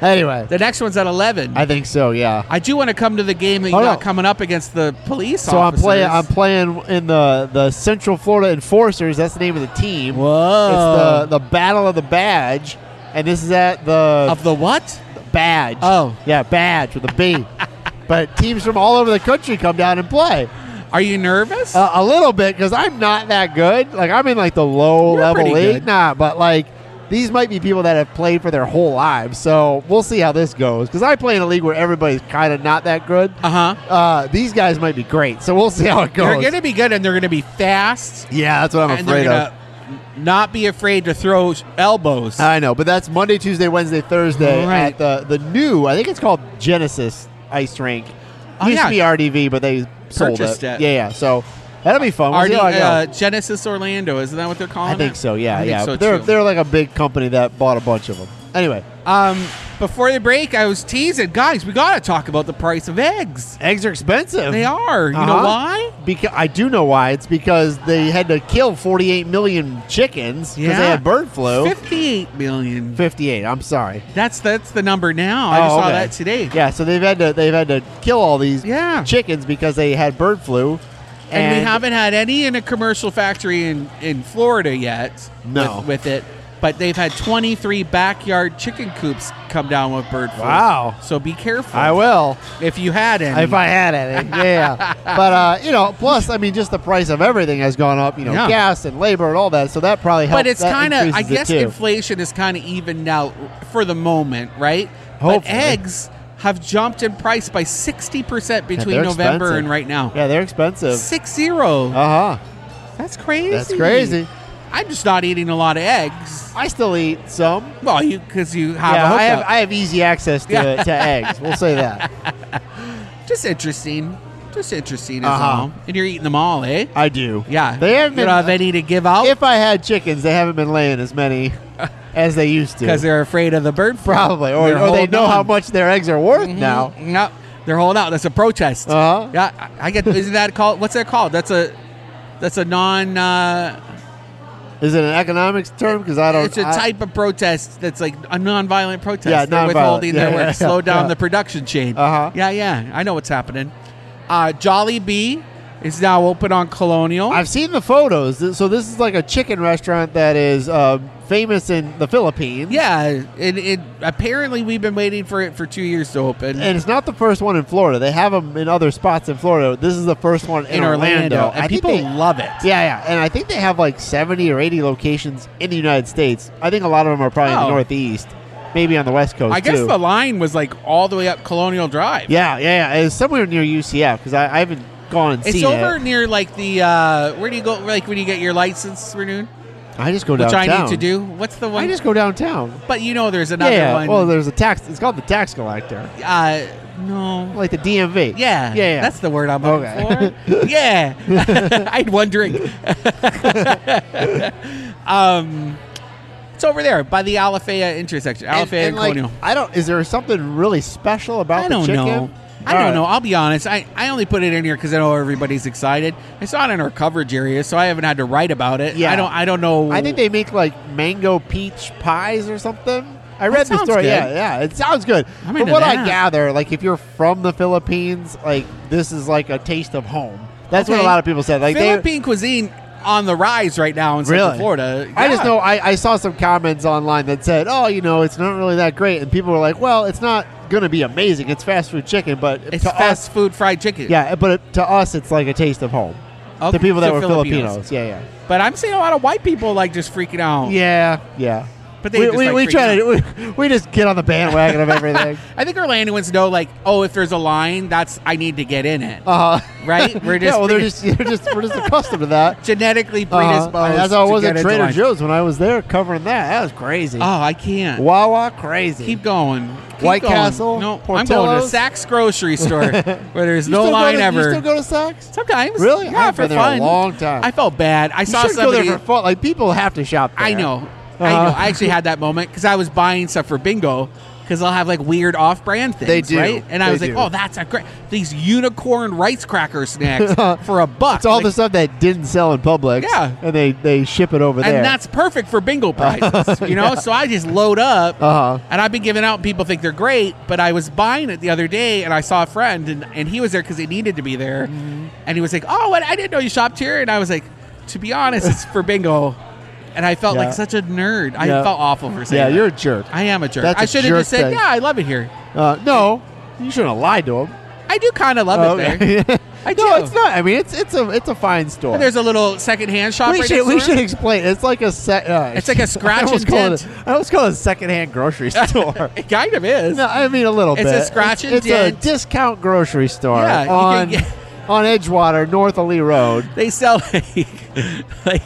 S1: anyway,
S2: the next one's at eleven.
S1: I think so. Yeah.
S2: I do want to come to the game that you
S1: Hold
S2: got
S1: on.
S2: coming up against the police.
S1: So I'm
S2: officers.
S1: playing. I'm playing in the the Central Florida Enforcers. That's the name of the team.
S2: Whoa.
S1: It's the the Battle of the Badge, and this is at the
S2: of the what?
S1: Badge.
S2: Oh.
S1: yeah, Badge with a B. but teams from all over the country come down and play
S2: Are you nervous?
S1: uh, a little bit because I'm not that good. Like I'm in like the low
S2: You're
S1: level
S2: pretty
S1: league,
S2: good.
S1: nah. But like these might be people that have played for their whole lives, so we'll see how this goes. Because I play in a league where everybody's kind of not that good.
S2: uh huh.
S1: Uh, these guys might be great, so we'll see how it
S2: They're
S1: goes.
S2: going to be good, and they're going to be fast,
S1: yeah, that's what I'm
S2: and they're
S1: afraid
S2: going
S1: of.
S2: to not be afraid to throw s- elbows.
S1: I know, but that's Monday, Tuesday, Wednesday, Thursday at
S2: Right.
S1: the the new. I think it's called Genesis Ice Rink.
S2: Oh,
S1: Used
S2: yeah.
S1: to be RDV, but they sold
S2: Purchased
S1: it.
S2: it.
S1: Yeah, yeah. So that'll be fun. We'll
S2: RD,
S1: see how it
S2: uh,
S1: goes.
S2: Genesis Orlando, isn't that what they're
S1: I
S2: calling?
S1: think
S2: it?
S1: so. Yeah,
S2: I think
S1: yeah.
S2: so,
S1: But they're
S2: too.
S1: they're like a big company that bought a bunch of them. Anyway,
S2: um, before the break, I was teasing, guys. We got to talk about the price of eggs.
S1: eggs are expensive.
S2: They are. You know
S1: Uh-huh.
S2: why?
S1: Because I do know why. It's because they had to kill 48 million chickens because they
S2: Yeah.
S1: had bird flu.
S2: Fifty-eight million.
S1: 58. I'm sorry.
S2: That's that's the number now. I
S1: Oh,
S2: just saw
S1: okay.
S2: that today.
S1: Yeah, so they've had to they've had to kill all these
S2: Yeah.
S1: chickens because they had bird flu.
S2: and, we haven't had any in a commercial factory in, in Florida yet.
S1: No.
S2: with, with it, but they've had 23 backyard chicken coops come down with bird flu.
S1: Wow.
S2: So be careful.
S1: I will
S2: if you had any.
S1: if I had any. Yeah, but uh, you know, plus I mean, just the price of everything has gone up. You know,
S2: Yeah.
S1: gas and labor and all that. So that probably helps.
S2: but it's kind of I guess
S1: it too.
S2: inflation is kind of evened out for the moment, right? But
S1: Hopefully.
S2: eggs have jumped in price by 60%
S1: Yeah,
S2: between
S1: they're
S2: November
S1: expensive.
S2: and right now.
S1: Yeah, they're expensive.
S2: Six zero.
S1: Uh huh.
S2: That's crazy.
S1: That's crazy.
S2: I'm just not eating a lot of eggs.
S1: I still eat some.
S2: Well, you because you have a
S1: yeah, I have
S2: hookup.
S1: I have easy access to,
S2: Yeah.
S1: to eggs. We'll say that.
S2: Just interesting. Just interesting is
S1: Uh-huh.
S2: all. And you're eating them all, eh?
S1: I do.
S2: Yeah.
S1: they haven't
S2: You don't have
S1: been.
S2: any to give out
S1: If I had chickens, they haven't been laying as many as they used to.
S2: because they're afraid of the bird flu.
S1: Probably, or,
S2: They're
S1: or they
S2: holding
S1: know how
S2: on. Mm-hmm.
S1: much their eggs are worth now.
S2: No, they're holding out. That's a protest.
S1: Uh-huh.
S2: Yeah, I I get. Isn't that called? What's that called? That's a. That's a non. Uh,
S1: Is it an economics term? Because I don't.
S2: it's a
S1: I-
S2: type of protest that's like a non-violent protest.
S1: Yeah,
S2: They're
S1: nonviolent.
S2: withholding their
S1: Yeah,
S2: work,
S1: yeah,
S2: slow
S1: yeah,
S2: down
S1: yeah.
S2: the production chain.
S1: Uh-huh.
S2: Yeah, yeah. I know what's happening. Uh, Jolly Bee is now open on Colonial.
S1: I've seen the photos. Th- So this is like a chicken restaurant that is um, famous in the Philippines.
S2: Yeah, and it, apparently we've been waiting for it for two years to open.
S1: And it's not the first one in Florida. They have them in other spots in Florida. This is the first one in,
S2: in Orlando, and
S1: I think
S2: people
S1: they-
S2: love it.
S1: Yeah, yeah. And I think they have like 70 or 80 locations in the United States. I think a lot of them are probably in
S2: Oh.
S1: the Northeast, maybe on the West Coast.
S2: I guess
S1: too.
S2: the line was like all the way up Colonial Drive.
S1: Yeah, yeah, yeah. It's somewhere near UCF because I, I haven't gone and
S2: It's
S1: seen
S2: over
S1: it.
S2: near like the uh where do you go like when you get your license renewed,
S1: I just go
S2: which
S1: downtown.
S2: I need to do. What's the one?
S1: I just go downtown.
S2: but you know, there's another
S1: Yeah.
S2: one.
S1: Well, there's a tax. It's called the tax collector,
S2: uh, no.
S1: like the DMV. yeah.
S2: Yeah,
S1: yeah.
S2: That's the word I'm looking
S1: Okay.
S2: for. yeah, I had one drink. um, it's over there by the Alafaya intersection, Alafaya
S1: And-
S2: and,
S1: and, like,
S2: Colonial.
S1: I don't. Is there something really special about
S2: I
S1: the
S2: don't
S1: chicken?
S2: know. I
S1: All
S2: don't
S1: right.
S2: know. I'll be honest. I, I only put it in here because I know everybody's excited. I saw it in our coverage area, so I haven't had to write about it.
S1: Yeah.
S2: I don't. I don't know.
S1: I think they make like mango peach pies or something. I read the
S2: sounds
S1: story.
S2: good.
S1: Yeah, yeah, it sounds good.
S2: I'm
S1: From
S2: into
S1: what I
S2: that.
S1: gather, like if you're from the Philippines, like this is like a taste of home. That's what
S2: Okay.
S1: a lot of people said. Like they
S2: Philippine cuisine on the rise right now in Central
S1: Really?
S2: Florida.
S1: I just
S2: Yeah.
S1: know I, I saw some comments online that said, "Oh, you know, it's not really that great," and people were like, "Well, it's not going to be amazing. It's fast food chicken, but
S2: it's
S1: to us,
S2: fast food fried chicken.
S1: yeah, but it, to us, it's like a taste of home.
S2: Okay,
S1: The people that
S2: so
S1: were
S2: Filipinos.
S1: Filipinos, yeah,
S2: But I'm seeing a lot of white people like just freaking out.
S1: yeah, yeah, yeah.
S2: But they
S1: we,
S2: just,
S1: we,
S2: like,
S1: we
S2: freaking
S1: try to we, we just get on the bandwagon of everything.
S2: I think Orlandoans know like, oh, if there's a line, that's I need to get in it.
S1: Uh,
S2: Right? Uh-huh. We're
S1: yeah,
S2: just-
S1: well, they're just, they're just we're just accustomed to that.
S2: Genetically
S1: Uh,
S2: predisposed.
S1: that's how I
S2: to
S1: was
S2: get
S1: at
S2: into
S1: Trader
S2: line.
S1: Joe's when I was there covering that. That was crazy.
S2: Oh, I can't.
S1: Wawa, crazy.
S2: Keep going. Keep
S1: White
S2: going.
S1: Castle,
S2: No, I'm going to
S1: Portillo's.
S2: Saks grocery store where there's
S1: You
S2: no
S1: still go
S2: line
S1: to-
S2: ever.
S1: You still go to Saks?
S2: Sometimes,
S1: Really?
S2: Yeah,
S1: I've
S2: for
S1: been there a
S2: fun.
S1: long time.
S2: I felt bad. I
S1: You
S2: saw
S1: should go
S2: somebody.
S1: there for fun. Like people have to shop. There.
S2: I know. I
S1: Uh-huh.
S2: know. I actually had that moment because I was buying stuff for bingo because they'll have like weird off-brand things,
S1: They do.
S2: right? And I
S1: They
S2: was like,
S1: do.
S2: "Oh, that's a great these unicorn rice cracker snacks for a buck."
S1: It's all
S2: Like,
S1: the stuff that didn't sell in Publix.
S2: Yeah.
S1: and they they ship it over there.
S2: and that's perfect for bingo prizes, you know. So I just load up,
S1: Uh-huh.
S2: and I've been giving out. and People think they're great, but I was buying it the other day, and I saw a friend, and, and he was there because he needed to be there,
S1: Mm-hmm.
S2: and he was like, "Oh, what? I didn't know you shopped here," and I was like, "To be honest, it's for bingo," and I felt
S1: Yeah.
S2: like such a nerd. I
S1: Yeah.
S2: felt awful for saying,
S1: yeah,
S2: that.
S1: you're a jerk.
S2: I am a jerk.
S1: That's
S2: I
S1: a
S2: should have just
S1: jerk
S2: said,
S1: thing.
S2: "Yeah, I love it here."
S1: Uh, no, you shouldn't have lied to him.
S2: I do kind of love it there. I do.
S1: Oh, no, it's not. I mean, it's it's a it's a fine store.
S2: And there's a little secondhand shop.
S1: we
S2: right
S1: should
S2: next
S1: we
S2: door.
S1: should explain. It's like a sec, uh,
S2: It's like a scratch
S1: I almost
S2: and
S1: call it.
S2: dent.
S1: A, I almost call it a secondhand grocery store.
S2: It kind of is.
S1: no, I mean a little
S2: It's
S1: bit.
S2: a scratch and
S1: it's,
S2: dent.
S1: It's a discount grocery store
S2: Yeah, you can
S1: on
S2: get-
S1: on Edgewater, North of Lee Road.
S2: They sell like, like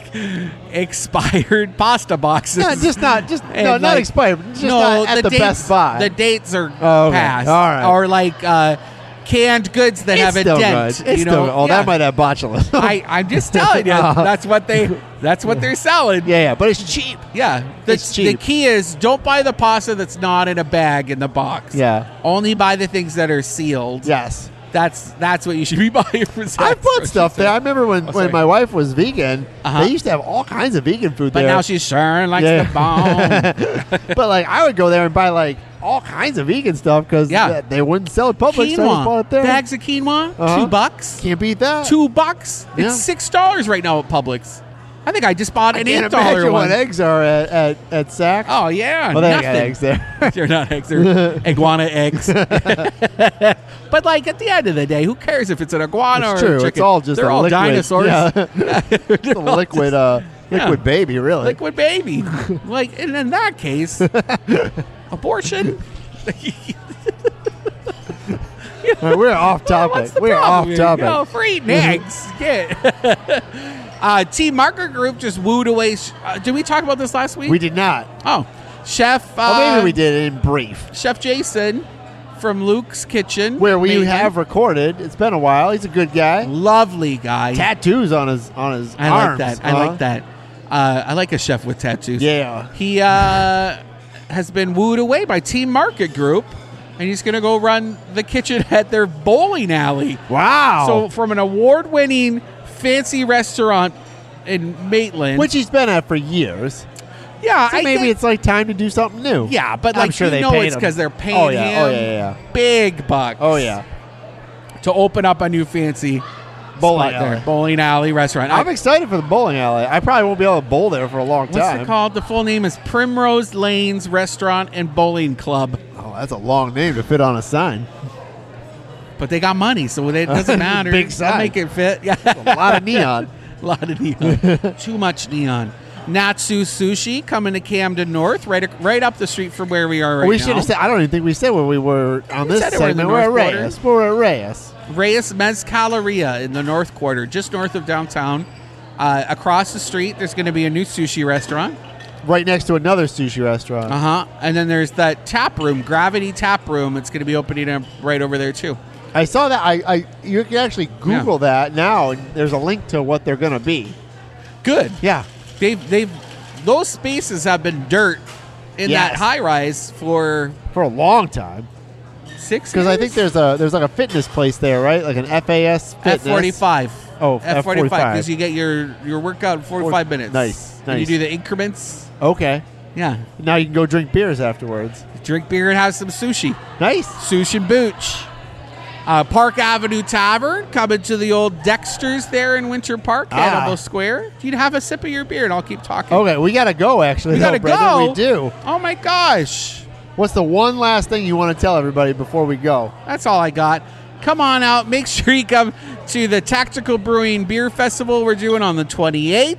S2: expired pasta boxes.
S1: No, just not just
S2: And,
S1: no, not
S2: like-
S1: expired. Just
S2: No,
S1: not at the,
S2: dates,
S1: Best Buy.
S2: The dates are
S1: Oh, okay.
S2: past.
S1: All right.
S2: Or like uh, canned goods that
S1: It's
S2: have a
S1: still
S2: dent.
S1: good. It's
S2: you know?
S1: still good. Oh,
S2: Yeah.
S1: that might have botulism.
S2: I, I'm just telling you.
S1: Uh-huh.
S2: that's what they. That's what they're selling.
S1: yeah, yeah, but it's cheap.
S2: Yeah, the,
S1: It's cheap.
S2: the key is don't buy the pasta that's not in a bag in the box.
S1: Yeah.
S2: only buy the things that are sealed.
S1: Yes.
S2: that's that's what you should be buying for.
S1: I
S2: Saks
S1: put
S2: grocery
S1: stuff there. I
S2: store.
S1: remember when,
S2: Oh, sorry.
S1: when my wife was vegan,
S2: Uh-huh.
S1: they used to have all kinds of vegan food
S2: but
S1: there.
S2: now she sure likes
S1: Yeah.
S2: the bomb.
S1: but like I would go there and buy like all kinds of vegan stuff because
S2: Yeah.
S1: they, wouldn't sell it public, so I just bought it there.
S2: Bags of quinoa,
S1: Uh-huh.
S2: two bucks.
S1: Can't beat that.
S2: Two bucks. It's
S1: Yeah.
S2: six dollars right now at Publix. I think I just bought
S1: I
S2: an
S1: can't
S2: eight
S1: imagine
S2: dollar
S1: what
S2: one.
S1: eggs are at at, at Saks.
S2: Oh yeah,
S1: well, they ain't
S2: nothing.
S1: got eggs there.
S2: They're not eggs. They're iguana eggs. but like at the end of the day, who cares if it's an iguana
S1: it's
S2: or a
S1: true.
S2: chicken?
S1: It's all just
S2: they're
S1: a
S2: all
S1: liquid.
S2: dinosaurs.
S1: Yeah. it's a
S2: all
S1: liquid, uh, liquid baby, really.
S2: Liquid baby. like and in that case, abortion.
S1: All right, we're off
S2: What's
S1: topic.
S2: the
S1: We're off
S2: problem here?
S1: topic. Mm-hmm.
S2: No, free eggs. Yeah. uh, T. Marker Group just wooed away. sh- Uh, did we talk about this last week?
S1: We did not.
S2: Oh, Chef. Uh,
S1: Or maybe we did it in brief.
S2: Chef Jason from Luke's Kitchen,
S1: Where we
S2: Maine.
S1: have recorded. It's been a while. He's a good guy.
S2: lovely guy.
S1: Tattoos on his on his
S2: I
S1: arms.
S2: like that. I
S1: huh?
S2: like that. Uh, I like a chef with tattoos.
S1: Yeah.
S2: He uh, has been wooed away by Team Market Group, and he's going to go run the kitchen at their bowling alley.
S1: Wow.
S2: So, from an award winning fancy restaurant in Maitland.
S1: which he's been at for years.
S2: yeah,
S1: So
S2: I
S1: maybe
S2: think-
S1: it's like time to do something new.
S2: Yeah, but
S1: I'm
S2: like
S1: sure
S2: you
S1: they
S2: know
S1: paid
S2: it's
S1: him.
S2: because they're paying
S1: Oh, yeah.
S2: him
S1: Oh, yeah, yeah, yeah.
S2: big bucks.
S1: Oh yeah.
S2: to open up a new fancy
S1: Bowling
S2: spot there.
S1: alley.
S2: Bowling alley restaurant.
S1: I'm
S2: I-
S1: excited for the bowling alley. I probably won't be able to bowl there for a long
S2: what's
S1: time.
S2: it called? The full name is Primrose Lanes Restaurant and Bowling Club.
S1: Oh, that's a long name to fit on a sign.
S2: But they got money, so it doesn't matter.
S1: Big
S2: They'll
S1: sign.
S2: make it fit. Yeah.
S1: A lot of neon.
S2: A lot of neon. Too much neon. Natsu Sushi coming to Camden North, right ac- right up the street from where we are right
S1: we
S2: now.
S1: should have said. I don't even think we said where we were on
S2: We
S1: this
S2: said it, we're in the
S1: segment. We're at
S2: North Quarter.
S1: Reyes. We're at Reyes.
S2: Reyes Mezcaleria in the North Quarter, just north of downtown. Uh, across the street, there's going to be a new sushi restaurant.
S1: Right next to another sushi restaurant.
S2: Uh huh. And then there's that tap room, Gravity Tap Room. It's going to be opening up right over there too.
S1: I saw that. I, I you can actually Google that now, and there's a link to what they're going to be.
S2: Good.
S1: Yeah,
S2: They've they've those spaces have been dirt in that
S1: Yes.
S2: high rise for
S1: for a long time
S2: six.
S1: because I think there's a there's like a fitness place there, right? Like an FAS
S2: At
S1: fitness.
S2: 45.
S1: Oh,
S2: at
S1: F45.
S2: 45 because you get your your workout in 45 minutes.
S1: Nice,
S2: And you
S1: nice.
S2: do the increments.
S1: Okay,
S2: Yeah.
S1: now you can go drink beers afterwards.
S2: Drink beer and have some sushi.
S1: Nice.
S2: Sushi and Booch. Uh, Park Avenue Tavern coming to the old Dexter's there in Winter Park,
S1: Ah.
S2: Hannibal Square. You can have a sip of your beer and I'll keep talking.
S1: Okay, we gotta go. Actually,
S2: we
S1: though,
S2: gotta
S1: Brendan,
S2: go.
S1: We do.
S2: Oh my gosh.
S1: What's the one last thing you want to tell everybody before we go?
S2: That's all I got. Come on out. Make sure you come to the Tactical Brewing Beer Festival we're doing on the 28th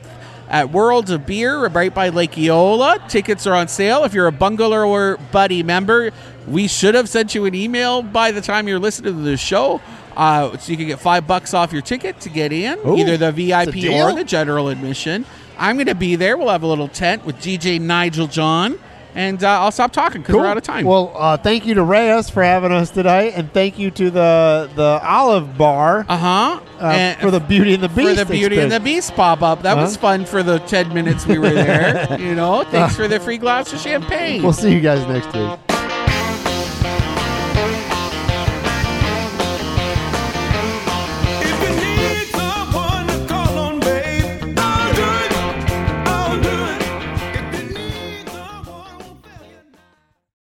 S2: at World of Beer right by Lake Eola. Tickets are on sale. If you're a Bungalower Buddy member, we should have sent you an email by the time you're listening to the show. Uh, so you can get five bucks off your ticket to get in, either the VIP
S1: deal.
S2: or the general admission. I'm going to be there. We'll have a little tent with DJ Nigel John, and uh, I'll stop talking because we're out of time.
S1: Well, uh, thank you to Reyes for having us tonight, and thank you to the the Olive Bar uh,
S2: uh-huh. And-
S1: for the Beauty and the Beast.
S2: for the Beauty and the Beast pop up. That was fun for the 10 minutes we were there. you know, thanks for the free glass of champagne.
S1: We'll see you guys next week.